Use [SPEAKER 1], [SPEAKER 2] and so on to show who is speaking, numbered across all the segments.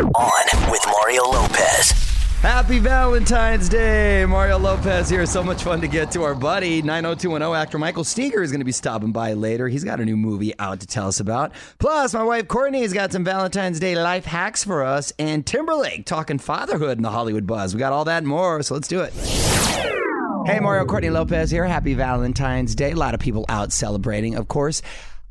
[SPEAKER 1] On with Mario Lopez.
[SPEAKER 2] Happy Valentine's Day. Mario Lopez here. So much fun to get to our buddy. 90210 actor Michael Steger is going to be stopping by later. He's got a new movie out to tell us about. Plus, my wife Courtney's got some Valentine's Day life hacks for us. And Timberlake talking fatherhood in the Hollywood buzz. We got all that and more, so let's do it. Hey, Mario Courtney Lopez here. Happy Valentine's Day. A lot of people out celebrating, of course.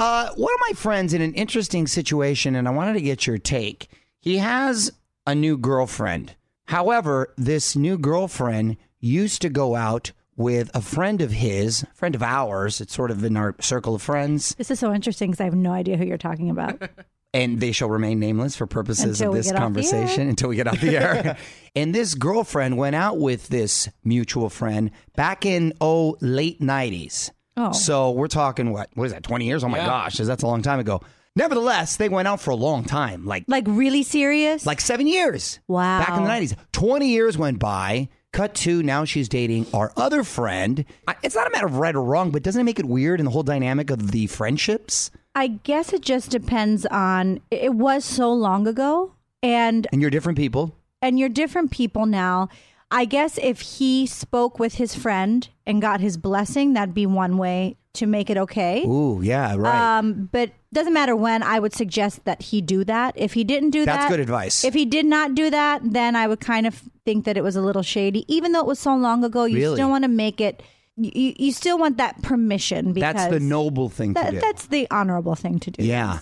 [SPEAKER 2] Uh, one of my friends in an interesting situation, and I wanted to get your take. He has a new girlfriend. However, this new girlfriend used to go out with a friend of his, friend of ours. It's sort of in our circle of friends,
[SPEAKER 3] This is so interesting because I have no idea who you're talking about.
[SPEAKER 2] and they shall remain nameless for purposes
[SPEAKER 3] Until
[SPEAKER 2] of
[SPEAKER 3] we
[SPEAKER 2] this
[SPEAKER 3] get off the air.
[SPEAKER 2] conversation until we get off the air. and this girlfriend went out with this mutual friend back in oh late nineties.
[SPEAKER 3] Oh.
[SPEAKER 2] So we're talking what? What is that? Twenty years? Oh my gosh, that's a long time ago. Nevertheless, they went out for a long time, like
[SPEAKER 3] Like really serious?
[SPEAKER 2] like seven years.
[SPEAKER 3] Wow.
[SPEAKER 2] Back in the 90s. 20 years went by. Cut to now she's dating our other friend. I- It's not a matter of right or wrong, but doesn't it make it weird in the whole dynamic of the friendships?
[SPEAKER 3] I guess it just depends on it it was so long ago and
[SPEAKER 2] And you're different people.
[SPEAKER 3] and you're different people now. I guess if he spoke with his friend and got his blessing, that'd be one way to make it okay.
[SPEAKER 2] Ooh, yeah, right.
[SPEAKER 3] Um, but doesn't matter when. I would suggest that he do that. If he didn't do
[SPEAKER 2] That's
[SPEAKER 3] that,
[SPEAKER 2] good advice.
[SPEAKER 3] If he did not do that, then I would kind of think that it was a little shady, even though it was so long ago. You
[SPEAKER 2] Really?
[SPEAKER 3] still want to make it. You, you still want that permission because
[SPEAKER 2] that's the noble thing
[SPEAKER 3] that-
[SPEAKER 2] to do.
[SPEAKER 3] that's the honorable thing to do.
[SPEAKER 2] yeah.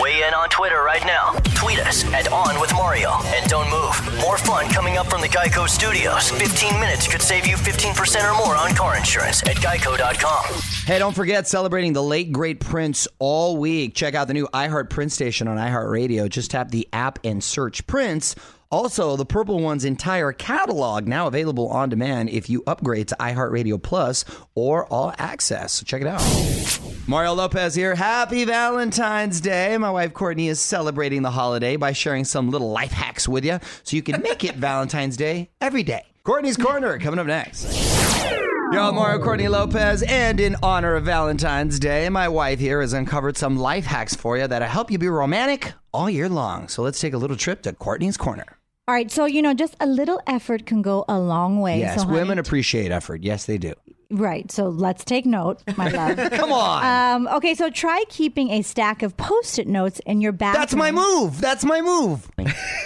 [SPEAKER 1] Weigh in on Twitter right now. Tweet us at On with Mario. And don't move. More fun coming up from the Geico Studios. 15 minutes could save you 15% or more on car insurance at geico.com.
[SPEAKER 2] Hey, don't forget celebrating the late great Prince all week. Check out the new iHeart Prince station on iHeartRadio. Just tap the app and search Prince. Also, the Purple One's entire catalog now available on demand if you upgrade to iHeartRadio Plus or All Access. So check it out. Mario Lopez here. Happy Valentine's Day. My wife Courtney is celebrating the holiday by sharing some little life hacks with you so you can make it Valentine's Day every day. Courtney's Corner coming up next. Yo, I'm
[SPEAKER 3] Oh.
[SPEAKER 2] Mario Courtney Lopez, and in honor of Valentine's Day, my wife here has uncovered some life hacks for you that'll help you be romantic all year long. So let's take a little trip to Courtney's Corner.
[SPEAKER 3] All right. So you know, just a little effort can go a long way.
[SPEAKER 2] Yes,
[SPEAKER 3] so, Uh, honey-
[SPEAKER 2] women appreciate effort. Yes, they do.
[SPEAKER 3] Right. So let's take note, my love.
[SPEAKER 2] Come on.
[SPEAKER 3] Um, okay, so try keeping a stack of post-it notes in your bathroom.
[SPEAKER 2] That's my move. That's my move.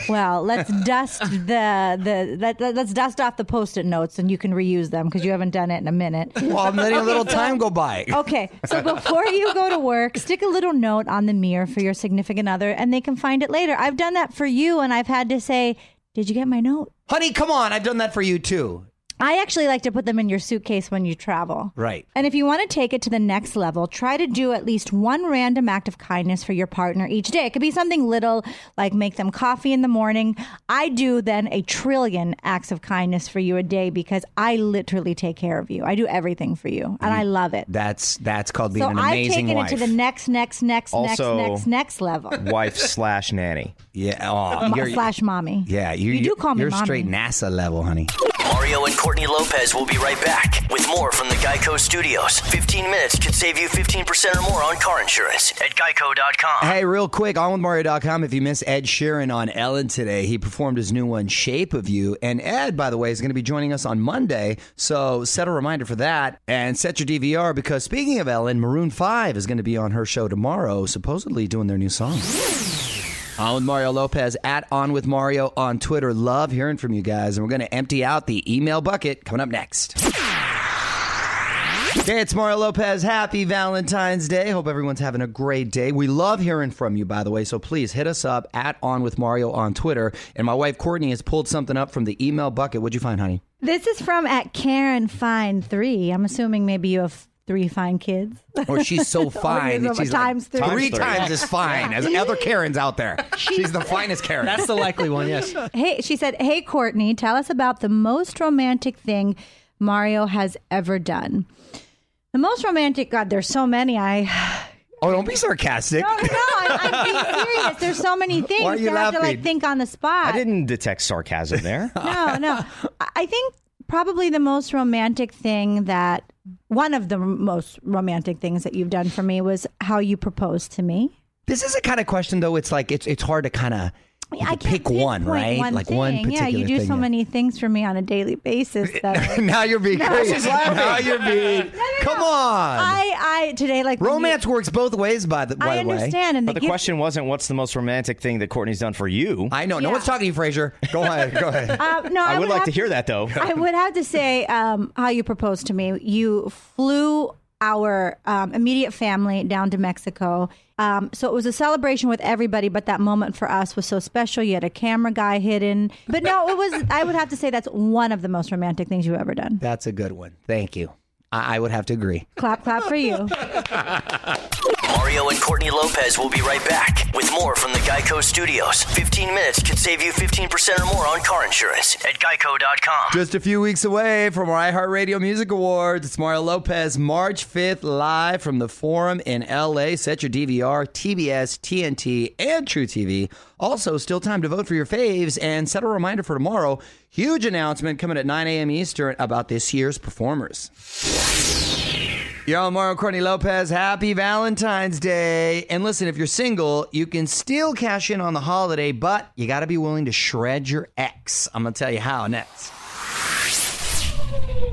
[SPEAKER 3] Well, let's dust the the let, let, let's dust off the post-it notes and you can reuse them because you haven't done it in a minute.
[SPEAKER 2] Well, I'm letting a little time go by.
[SPEAKER 3] Okay, so before you go to work, stick a little note on the mirror for your significant other and they can find it later. I've done that for you and I've had to say, "Did you get my note?"
[SPEAKER 2] Honey, come on. I've done that for you too.
[SPEAKER 3] I actually like to put them in your suitcase when you travel.
[SPEAKER 2] Right.
[SPEAKER 3] And if you want to take it to the next level, try to do at least one random act of kindness for your partner each day. It could be something little like make them coffee in the morning. I do then a trillion acts of kindness for you a day because I literally take care of you. I do everything for you and I love it.
[SPEAKER 2] That's that's called being
[SPEAKER 3] So
[SPEAKER 2] an
[SPEAKER 3] I've
[SPEAKER 2] amazing
[SPEAKER 3] taken
[SPEAKER 2] wife.
[SPEAKER 3] it to the next, next, next,
[SPEAKER 4] Also-
[SPEAKER 3] next, next, next level.
[SPEAKER 4] wife slash nanny.
[SPEAKER 2] yeah. aw,
[SPEAKER 3] Mo-
[SPEAKER 2] you're-
[SPEAKER 3] slash mommy.
[SPEAKER 2] yeah. You,
[SPEAKER 3] You do call me
[SPEAKER 2] You're
[SPEAKER 3] mommy.
[SPEAKER 2] straight NASA level, honey.
[SPEAKER 1] Mario and Courtney Lopez will be right back with more from the Geico Studios. 15 minutes could save you 15% or more on car insurance at geico.com.
[SPEAKER 2] Hey, real quick, on with Mario.com. If you miss Ed Sheeran on Ellen today, he performed his new one, Shape of You. And Ed, by the way, is going to be joining us on Monday. So set a reminder for that and set your DVR because speaking of Ellen, Maroon 5 is going to be on her show tomorrow, supposedly doing their new song. On with Mario Lopez at On with Mario on Twitter. Love hearing from you guys. And we're going to empty out the email bucket coming up next. Hey, it's Mario Lopez. Happy Valentine's Day. Hope everyone's having a great day. We love hearing from you, by the way. So please hit us up at On with Mario on Twitter. And my wife Courtney has pulled something up from the email bucket. What'd you find, honey?
[SPEAKER 3] This is from at Karen Fine 3. I'm assuming maybe you have three fine kids.
[SPEAKER 2] Or she's so fine. that
[SPEAKER 3] over-
[SPEAKER 2] she's like,
[SPEAKER 3] times three.
[SPEAKER 2] three
[SPEAKER 4] Times
[SPEAKER 2] times as fine as other Karens out there. She's the finest Karen.
[SPEAKER 5] That's the likely one, yes.
[SPEAKER 3] Hey, she said, "Hey Courtney, tell us about the most romantic thing Mario has ever done." The most romantic, God, there's so many. I
[SPEAKER 2] oh, don't be sarcastic.
[SPEAKER 3] no, no, no I'm, I'm being serious. There's so many things.
[SPEAKER 2] are you
[SPEAKER 3] you have to like
[SPEAKER 2] laughing?
[SPEAKER 3] think on the spot.
[SPEAKER 4] I didn't detect sarcasm there.
[SPEAKER 3] No, no. I- I think probably the most romantic thing that one of the most romantic things that you've done for me was how you proposed to me.
[SPEAKER 2] This is a kind of question, though. It's like it's it's hard to kind of
[SPEAKER 3] I can't
[SPEAKER 2] pick one,
[SPEAKER 3] pinpoint
[SPEAKER 2] right?
[SPEAKER 3] One
[SPEAKER 2] Like
[SPEAKER 3] thing.
[SPEAKER 2] one
[SPEAKER 3] Yeah, you
[SPEAKER 2] particular
[SPEAKER 3] do
[SPEAKER 2] thing,
[SPEAKER 3] so
[SPEAKER 2] yeah.
[SPEAKER 3] many things for me on a daily basis that
[SPEAKER 2] now you're being crazy.
[SPEAKER 4] she's laughing.
[SPEAKER 2] Now you're being. Come on.
[SPEAKER 3] I I today like when you-
[SPEAKER 2] Romance works both ways, by the, by
[SPEAKER 3] I
[SPEAKER 2] the way.
[SPEAKER 3] understand, and
[SPEAKER 4] But the
[SPEAKER 3] gift-
[SPEAKER 4] question wasn't what's the most romantic thing that Courtney's done for you.
[SPEAKER 2] I know. No
[SPEAKER 3] Yeah.
[SPEAKER 2] one's talking to you, Frazier. Go ahead. Go ahead.
[SPEAKER 3] Uh, no, I,
[SPEAKER 4] I would like
[SPEAKER 3] have
[SPEAKER 4] to hear that though.
[SPEAKER 3] I would have to say um, how you proposed to me. You flew our um, immediate family down to Mexico. Um, so it was a celebration with everybody, but that moment for us was so special. You had a camera guy hidden. But no, it was, I would have to say that's one of the most romantic things you've ever done.
[SPEAKER 2] That's a good one. Thank you. I, I would have to agree.
[SPEAKER 3] Clap, clap for you.
[SPEAKER 1] Mario and Courtney Lopez will be right back with more from the Geico Studios. 15 minutes could save you 15% or more on car insurance at geico.com.
[SPEAKER 2] Just a few weeks away from our iHeartRadio Music Awards. It's Mario Lopez, March 5th, live from the Forum in LA. Set your DVR, TBS, TNT, and True TV. Also, still time to vote for your faves and set a reminder for tomorrow. Huge announcement coming at 9 a.m. Eastern about this year's performers. You're on Mario Courtney Lopez. Happy Valentine's Day. And listen, if you're single, you can still cash in on the holiday, but you got to be willing to shred your ex. I'm going to tell you how next.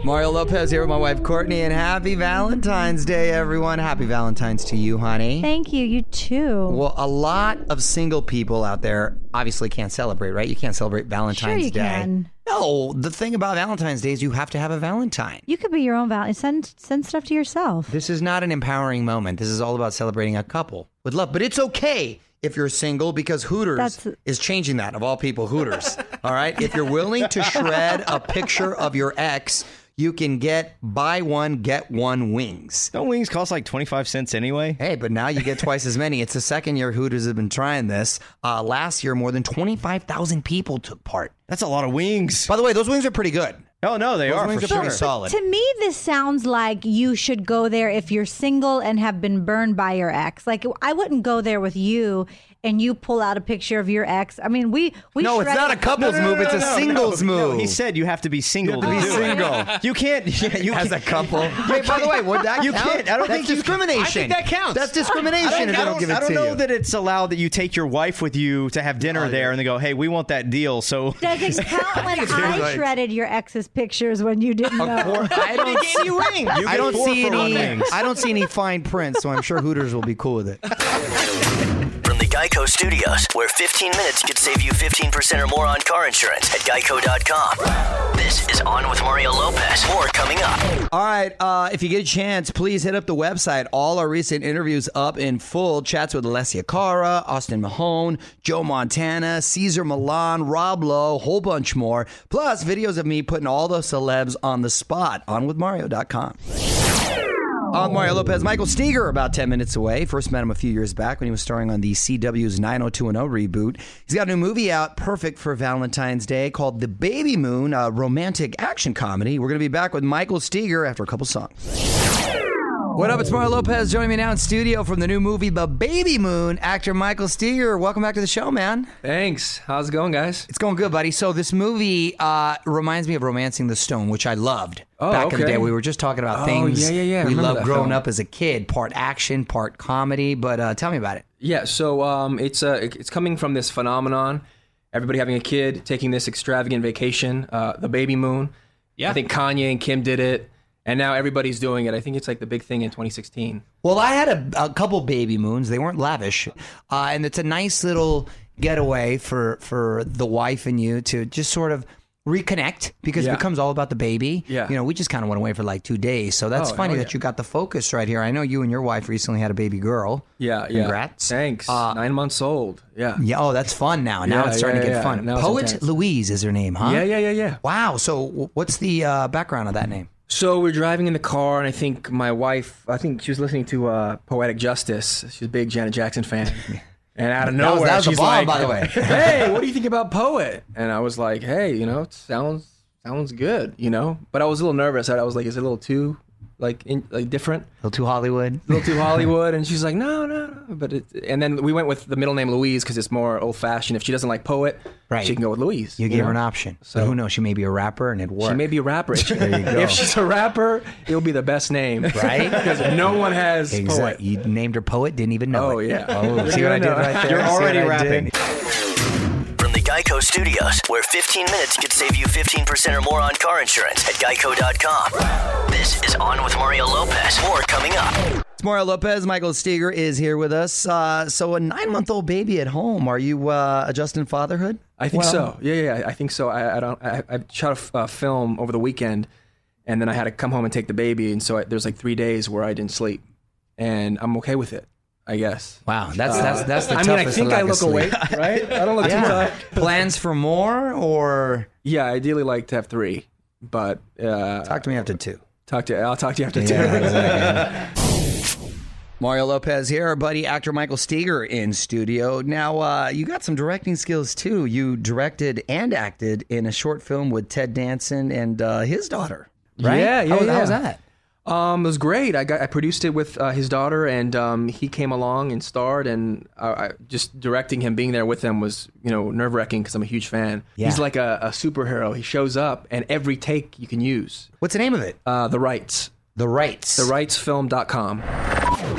[SPEAKER 2] Mario Lopez here with my wife Courtney, and happy Valentine's Day, everyone. Happy Valentine's to you, honey.
[SPEAKER 3] Thank you. You too.
[SPEAKER 2] Well, a lot of single people out there obviously can't celebrate, right? You can't celebrate Valentine's
[SPEAKER 3] you
[SPEAKER 2] Day.
[SPEAKER 3] can.
[SPEAKER 2] No, the thing about Valentine's Day is you have to have a Valentine.
[SPEAKER 3] you could be your own value. Send, send stuff to yourself.
[SPEAKER 2] This is not an empowering moment. This is all about celebrating a couple with love. But it's okay if you're single because Hooters
[SPEAKER 3] That's-
[SPEAKER 2] is changing that. Of all people, Hooters. all right. If you're willing to shred a picture of your ex, you can get buy one, get one wings.
[SPEAKER 4] Don't wings cost like 25 cents anyway?
[SPEAKER 2] Hey, but now you get twice as many. It's the second year Hooters have been trying this. Uh, last year, more than 25,000 people took part.
[SPEAKER 4] That's a lot of wings.
[SPEAKER 2] By the way, those wings are pretty good.
[SPEAKER 4] Oh no, they
[SPEAKER 2] Those
[SPEAKER 4] are
[SPEAKER 2] wings
[SPEAKER 4] for
[SPEAKER 2] are pretty
[SPEAKER 4] sure.
[SPEAKER 2] solid.
[SPEAKER 3] To me, this sounds like you should go there if you're single and have been burned by your ex. Like I wouldn't go there with you, and you pull out a picture of your ex. I mean, we we
[SPEAKER 2] No, it's
[SPEAKER 3] shred-
[SPEAKER 2] not a couple's move. It's a singles move.
[SPEAKER 4] he said you have to be single.
[SPEAKER 2] to be
[SPEAKER 4] do it.
[SPEAKER 2] single.
[SPEAKER 4] You can't. Yeah, you
[SPEAKER 2] as a
[SPEAKER 4] can't-
[SPEAKER 2] couple. Wait, by the way, would that
[SPEAKER 4] You
[SPEAKER 2] count?
[SPEAKER 4] can't. I don't
[SPEAKER 2] That's
[SPEAKER 4] think you-
[SPEAKER 2] discrimination.
[SPEAKER 4] I think that counts.
[SPEAKER 2] That's discrimination
[SPEAKER 4] I don't,
[SPEAKER 2] if
[SPEAKER 4] I
[SPEAKER 2] they
[SPEAKER 4] don't,
[SPEAKER 2] don't give it
[SPEAKER 4] I don't
[SPEAKER 2] to
[SPEAKER 4] know
[SPEAKER 2] you.
[SPEAKER 4] that it's allowed that you take your wife with you to have dinner there, and they go, "Hey, we want that deal." So
[SPEAKER 3] Does it count when I
[SPEAKER 2] like-
[SPEAKER 3] shredded your ex's pictures when you didn't know?
[SPEAKER 2] Or I don't,
[SPEAKER 4] gave you rings. You
[SPEAKER 2] I
[SPEAKER 4] get
[SPEAKER 2] don't
[SPEAKER 4] four
[SPEAKER 2] see
[SPEAKER 4] for one
[SPEAKER 2] any.
[SPEAKER 4] rings.
[SPEAKER 2] I don't see any fine print, so I'm sure Hooters will be cool with it.
[SPEAKER 1] From the Geico Studios, where 15 minutes could save you 15% or more on car insurance at geico.com. This is On with Mario Lopez. More coming up.
[SPEAKER 2] All right. Uh, if you get a chance, please hit up the website. All our recent interviews up in full. Chats with Alessia Cara, Austin Mahone, Joe Montana, Caesar Milan, Rob Lowe, whole bunch more. Plus videos of me putting all the celebs on the spot on with Mario.com. On Mario Lopez, Michael Steger, about 10 minutes away. First met him a few years back when he was starring on the CW's 90210 reboot. He's got a new movie out, perfect for Valentine's Day, called The Baby Moon, a romantic action comedy. We're going to be back with Michael Steger after a couple songs. What up? It's Mario Lopez joining me now in studio from the new movie, The Baby Moon. Actor Michael Steger, welcome back to the show, man.
[SPEAKER 5] Thanks. How's it going, guys?
[SPEAKER 2] It's going good, buddy. So this movie uh, reminds me of *Romancing the Stone*, which I loved
[SPEAKER 5] Oh,
[SPEAKER 2] back in the
[SPEAKER 5] okay.
[SPEAKER 2] day. We were just talking about
[SPEAKER 5] Oh,
[SPEAKER 2] things
[SPEAKER 5] yeah, yeah, yeah. I
[SPEAKER 2] we
[SPEAKER 5] remember
[SPEAKER 2] loved
[SPEAKER 5] that
[SPEAKER 2] growing
[SPEAKER 5] film.
[SPEAKER 2] up as a kid. Part action, part comedy. But uh, tell me about it.
[SPEAKER 5] Yeah. So um, it's uh, it's coming from this phenomenon, everybody having a kid, taking this extravagant vacation, uh, the baby moon. Yeah. I think Kanye and Kim did it, and now everybody's doing it. I think it's like the big thing in 2016.
[SPEAKER 2] Well, I had a, a couple baby moons. They weren't lavish, uh, and it's a nice little getaway for for the wife and you to just sort of reconnect because
[SPEAKER 5] Yeah.
[SPEAKER 2] it becomes all about the baby.
[SPEAKER 5] Yeah.
[SPEAKER 2] You know, we just kind of went away for like two days, so that's
[SPEAKER 5] Oh,
[SPEAKER 2] funny
[SPEAKER 5] hell
[SPEAKER 2] that
[SPEAKER 5] yeah.
[SPEAKER 2] you got the focus right here. I know you and your wife recently had a baby girl.
[SPEAKER 5] Yeah. Yeah.
[SPEAKER 2] Congrats.
[SPEAKER 5] Thanks.
[SPEAKER 2] Uh,
[SPEAKER 5] Nine months old. Yeah.
[SPEAKER 2] Yeah, oh, that's fun now. Now
[SPEAKER 5] Yeah,
[SPEAKER 2] it's starting
[SPEAKER 5] yeah,
[SPEAKER 2] to get
[SPEAKER 5] yeah.
[SPEAKER 2] fun.
[SPEAKER 5] Now it's
[SPEAKER 2] Poet
[SPEAKER 5] intense.
[SPEAKER 2] Louise is her name, huh?
[SPEAKER 5] Yeah. Yeah. Yeah. Yeah.
[SPEAKER 2] Wow. So, w- what's the uh, background of that name?
[SPEAKER 5] So we're driving in the car, and I think my wife, I think she was listening to uh, Poetic Justice. She's a big Janet Jackson fan. And out of
[SPEAKER 2] was-
[SPEAKER 5] nowhere,
[SPEAKER 2] that was a
[SPEAKER 5] she's
[SPEAKER 2] bomb,
[SPEAKER 5] like,
[SPEAKER 2] by the way.
[SPEAKER 5] hey, what do you think about Poet? And I was like, hey, you know, it sounds sounds good, you know. But I was a little nervous. I was like, is it a little too like in, like different,
[SPEAKER 2] Little Too Hollywood.
[SPEAKER 5] a little too Hollywood? And she's like, no, no, no. But it, and then we went with the middle name Louise because it's more old fashioned. If she doesn't like Poet,
[SPEAKER 2] Right.
[SPEAKER 5] she can go with Louise.
[SPEAKER 2] You gave her an
[SPEAKER 5] know?
[SPEAKER 2] option. So, who knows? She may be a rapper and it worked.
[SPEAKER 5] She may be a rapper. If she's a rapper, it'll be the best name,
[SPEAKER 2] Right?
[SPEAKER 5] Because no one has
[SPEAKER 2] Exact-
[SPEAKER 5] poet.
[SPEAKER 2] You named her poet, didn't even know.
[SPEAKER 5] Oh
[SPEAKER 2] it.
[SPEAKER 5] yeah.
[SPEAKER 2] Oh, see what I did right there?
[SPEAKER 4] You're
[SPEAKER 2] See what
[SPEAKER 4] already
[SPEAKER 2] I did?
[SPEAKER 4] rapping.
[SPEAKER 1] Geico Studios, where 15 minutes could save you 15% or more on car insurance at geico.com. This is On with Mario Lopez. More coming up.
[SPEAKER 2] It's Mario Lopez. Michael Steger is here with us. Uh, so, a nine month old baby at home. Are you uh, adjusting fatherhood?
[SPEAKER 5] I think so. Yeah, yeah, yeah, I think so. I, I don't. I, I shot a f- a film over the weekend, and then I had to come home and take the baby, and so I, there's like three days where I didn't sleep, and I'm okay with it, I guess.
[SPEAKER 2] Wow, that's that's that's the
[SPEAKER 5] Uh, I mean, I
[SPEAKER 2] toughest
[SPEAKER 5] think
[SPEAKER 2] lack
[SPEAKER 5] I
[SPEAKER 2] of
[SPEAKER 5] look
[SPEAKER 2] sleep.
[SPEAKER 5] awake, right? I don't look too tired.
[SPEAKER 2] Plans for more or
[SPEAKER 5] Yeah, I ideally like to have three, but uh,
[SPEAKER 2] talk to me after two.
[SPEAKER 5] talk to I'll talk to you after two.
[SPEAKER 2] Mario Lopez here, our buddy actor Michael Steger in studio. Now, uh, you got some directing skills too. You directed and acted in a short film with Ted Danson and uh, his daughter, right?
[SPEAKER 5] Yeah, yeah,
[SPEAKER 2] How, how
[SPEAKER 5] yeah.
[SPEAKER 2] was that?
[SPEAKER 5] Um, it was great. I got I produced it with uh, his daughter, and um, he came along and starred, and I, I, just directing him, being there with them was you know nerve wracking because I'm a huge fan.
[SPEAKER 2] Yeah.
[SPEAKER 5] He's like a, a superhero. He shows up, and every take you can use.
[SPEAKER 2] What's the name of it?
[SPEAKER 5] Uh, the rights,
[SPEAKER 2] the Rights.
[SPEAKER 5] the rightsfilm.com.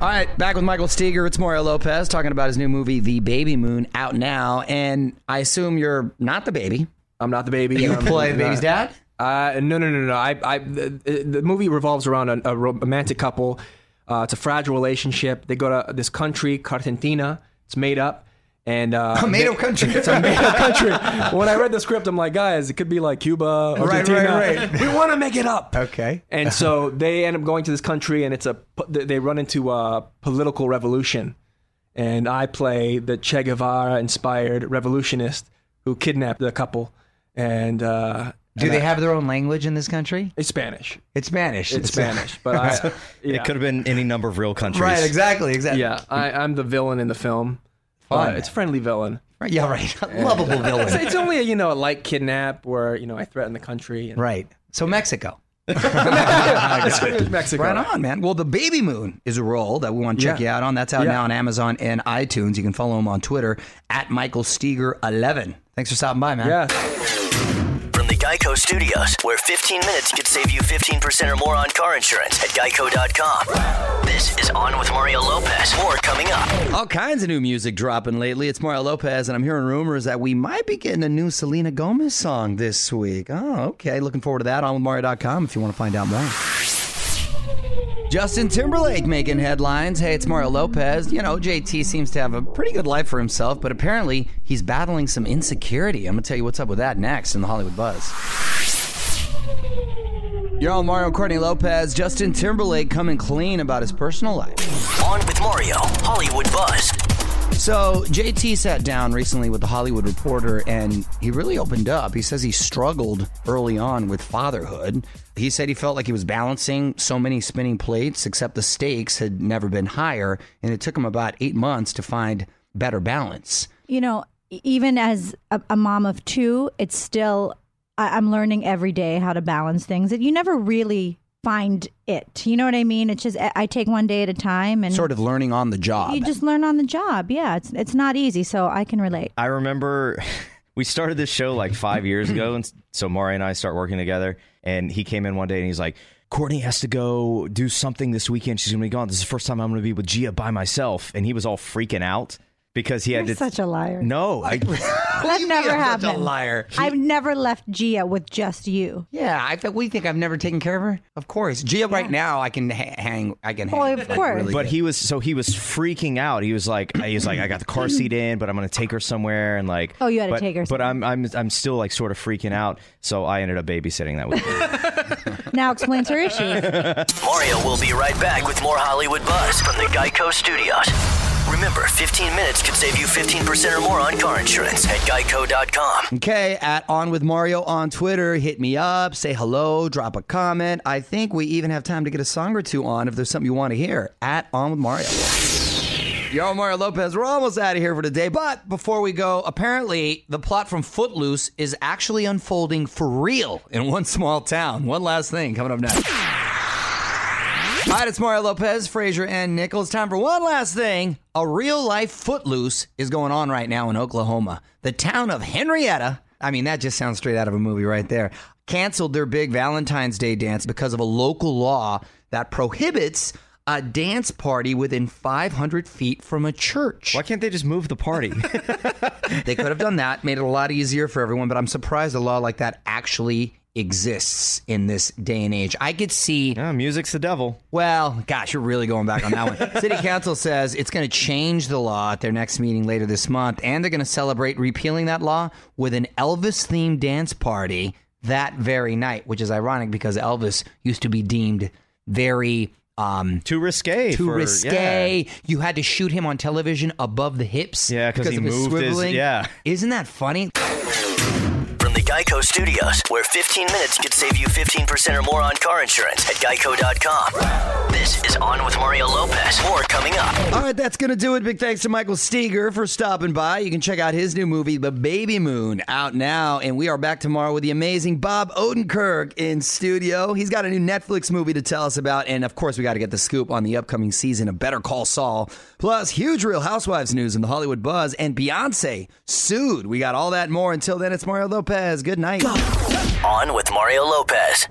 [SPEAKER 2] All right, back with Michael Steger. It's Mario Lopez talking about his new movie, The Baby Moon, out now. And I assume you're not the baby.
[SPEAKER 5] I'm not the baby.
[SPEAKER 2] You
[SPEAKER 5] I'm
[SPEAKER 2] play the
[SPEAKER 5] not-
[SPEAKER 2] baby's dad?
[SPEAKER 5] Uh, no, no, no, no. I, I, the, the movie revolves around a, a romantic couple. Uh, it's a fragile relationship. They go to this country, Cartentina. It's made up. And uh,
[SPEAKER 2] A made-up
[SPEAKER 5] they-
[SPEAKER 2] country.
[SPEAKER 5] It's a made up country. when I read the script, I'm like, guys, it could be like Cuba,
[SPEAKER 2] right,
[SPEAKER 5] Argentina.
[SPEAKER 2] right.
[SPEAKER 5] We want to make it up.
[SPEAKER 2] Okay.
[SPEAKER 5] And so they end up going to this country, and it's a they run into a political revolution, and I play the Che Guevara inspired revolutionist who kidnapped the couple, and uh,
[SPEAKER 2] Do they have their own language in this country?
[SPEAKER 5] it's Spanish.
[SPEAKER 2] It's Spanish.
[SPEAKER 5] It's Spanish, but I, yeah,
[SPEAKER 4] It could have been any number of real countries.
[SPEAKER 2] Right, exactly, exactly.
[SPEAKER 5] yeah, I, I'm the villain in the film.
[SPEAKER 2] Fun.
[SPEAKER 5] Uh, it's a friendly villain.
[SPEAKER 2] Right, yeah, right. Lovable
[SPEAKER 5] It's,
[SPEAKER 2] villain.
[SPEAKER 5] it's only a, you know a light kidnap where you know I threaten the country. And,
[SPEAKER 2] Right. So Mexico.
[SPEAKER 5] It's Mexico.
[SPEAKER 2] Right on, man. Well, the Baby Moon is a role that we want to check
[SPEAKER 5] Yeah.
[SPEAKER 2] you out on. That's out
[SPEAKER 5] Yeah.
[SPEAKER 2] now on Amazon and iTunes. You can follow him on Twitter at Michael Steger eleven. Thanks for stopping by, man.
[SPEAKER 5] Yeah.
[SPEAKER 1] From the Geico Studios, where 15 minutes could save you 15% or more on car insurance at geico.com. This is On with Mario Lopez. More coming up.
[SPEAKER 2] All kinds of new music dropping lately. It's Mario Lopez, and I'm hearing rumors that we might be getting a new Selena Gomez song this week. Oh, okay. Looking forward to that on with Mario.com if you want to find out more. Justin Timberlake making headlines. Hey, it's Mario Lopez. You know, JT seems to have a pretty good life for himself, but apparently he's battling some insecurity. I'm going to tell you what's up with that next in the Hollywood Buzz. You're on Mario and Courtney Lopez. Justin Timberlake coming clean about his personal life.
[SPEAKER 1] On with Mario, Hollywood Buzz.
[SPEAKER 2] So JT sat down recently with the Hollywood Reporter, and he really opened up. He says he struggled early on with fatherhood. He said he felt like he was balancing so many spinning plates, except the stakes had never been higher, and it took him about eight months to find better balance.
[SPEAKER 3] you know, e- even as a, a mom of two, it's still I, I'm learning every day how to balance things that you never really find it. You know what I mean? It's just I, I take one day at a time and
[SPEAKER 2] Sort of learning on the job.
[SPEAKER 3] you just learn on the job. Yeah, it's it's not easy, so I can relate.
[SPEAKER 4] I remember we started this show like five years ago, and so Mari and I start working together. And he came in one day and he's like, "Courtney has to go do something this weekend. She's gonna be gone. This is the first time I'm gonna be with Gia by myself." And he was all freaking out because he had
[SPEAKER 3] You're
[SPEAKER 4] to.
[SPEAKER 3] such a liar.
[SPEAKER 4] no, I,
[SPEAKER 3] that never
[SPEAKER 2] I'm
[SPEAKER 3] happened.
[SPEAKER 2] such a liar.
[SPEAKER 3] I've never left Gia with just you.
[SPEAKER 2] Yeah, I think we think I've never taken care of her. Of course, Gia. Right now, I can ha- hang. I can.
[SPEAKER 3] Well,
[SPEAKER 2] hang,
[SPEAKER 3] of
[SPEAKER 2] like,
[SPEAKER 3] course.
[SPEAKER 2] really
[SPEAKER 4] but
[SPEAKER 2] good.
[SPEAKER 4] he was so he was freaking out. He was like, he was like, I got the car seat in, but I'm gonna take her somewhere, and like,
[SPEAKER 3] Oh, you had to
[SPEAKER 4] but-
[SPEAKER 3] take her
[SPEAKER 4] But I'm I'm I'm still like sort of freaking out. So I ended up babysitting that weekend.
[SPEAKER 3] Now explains her issues.
[SPEAKER 1] Mario will be right back with more Hollywood Buzz from the Geico Studios. Remember, 15 minutes could save you 15% or more on car insurance at geico.com.
[SPEAKER 2] Okay, at On With Mario on Twitter, hit me up, say hello, drop a comment. I think we even have time to get a song or two on if there's something you want to hear. At On With Mario. Yo, Mario Lopez, we're almost out of here for today. But before we go, apparently the plot from Footloose is actually unfolding for real in one small town. One last thing coming up next. All right, it's Mario Lopez, Frazier, and Nichols. Time for one last thing. A real life footloose is going on right now in Oklahoma. The town of Henrietta, I mean, that just sounds straight out of a movie right there, canceled their big Valentine's Day dance because of a local law that prohibits a dance party within 500 feet from a church.
[SPEAKER 4] Why can't they just move the party?
[SPEAKER 2] They could have done that, made it a lot easier for everyone, but I'm surprised a law like that actually exists in this day and age. I could see,
[SPEAKER 4] Yeah, music's the devil.
[SPEAKER 2] well, gosh, you're really going back on that one. City Council says it's going to change the law at their next meeting later this month, and they're going to celebrate repealing that law with an Elvis themed dance party that very night, which is ironic because Elvis used to be deemed very. Um,
[SPEAKER 4] Too risque.
[SPEAKER 2] too
[SPEAKER 4] for-
[SPEAKER 2] risque.
[SPEAKER 4] yeah.
[SPEAKER 2] You had to shoot him on television above the hips.
[SPEAKER 4] Yeah, 'cause he
[SPEAKER 2] of
[SPEAKER 4] moved his-
[SPEAKER 2] swiveling.
[SPEAKER 4] yeah.
[SPEAKER 2] Isn't that funny?
[SPEAKER 1] From the Geico Studios, where 15 minutes could save you 15% or more on car insurance at geico.com. This is On with Mario Lopez. More coming up.
[SPEAKER 2] All right, that's going to do it. Big thanks to Michael Steger for stopping by. You can check out his new movie, The Baby Moon, out now. And we are back tomorrow with the amazing Bob Odenkirk in studio. He's got a new Netflix movie to tell us about. And of course, we got to get the scoop on the upcoming season of Better Call Saul. Plus, huge Real Housewives news in the Hollywood buzz and Beyonce sued. We got all that and more. Until then, it's Mario Lopez. Good night.
[SPEAKER 1] On with Mario Lopez.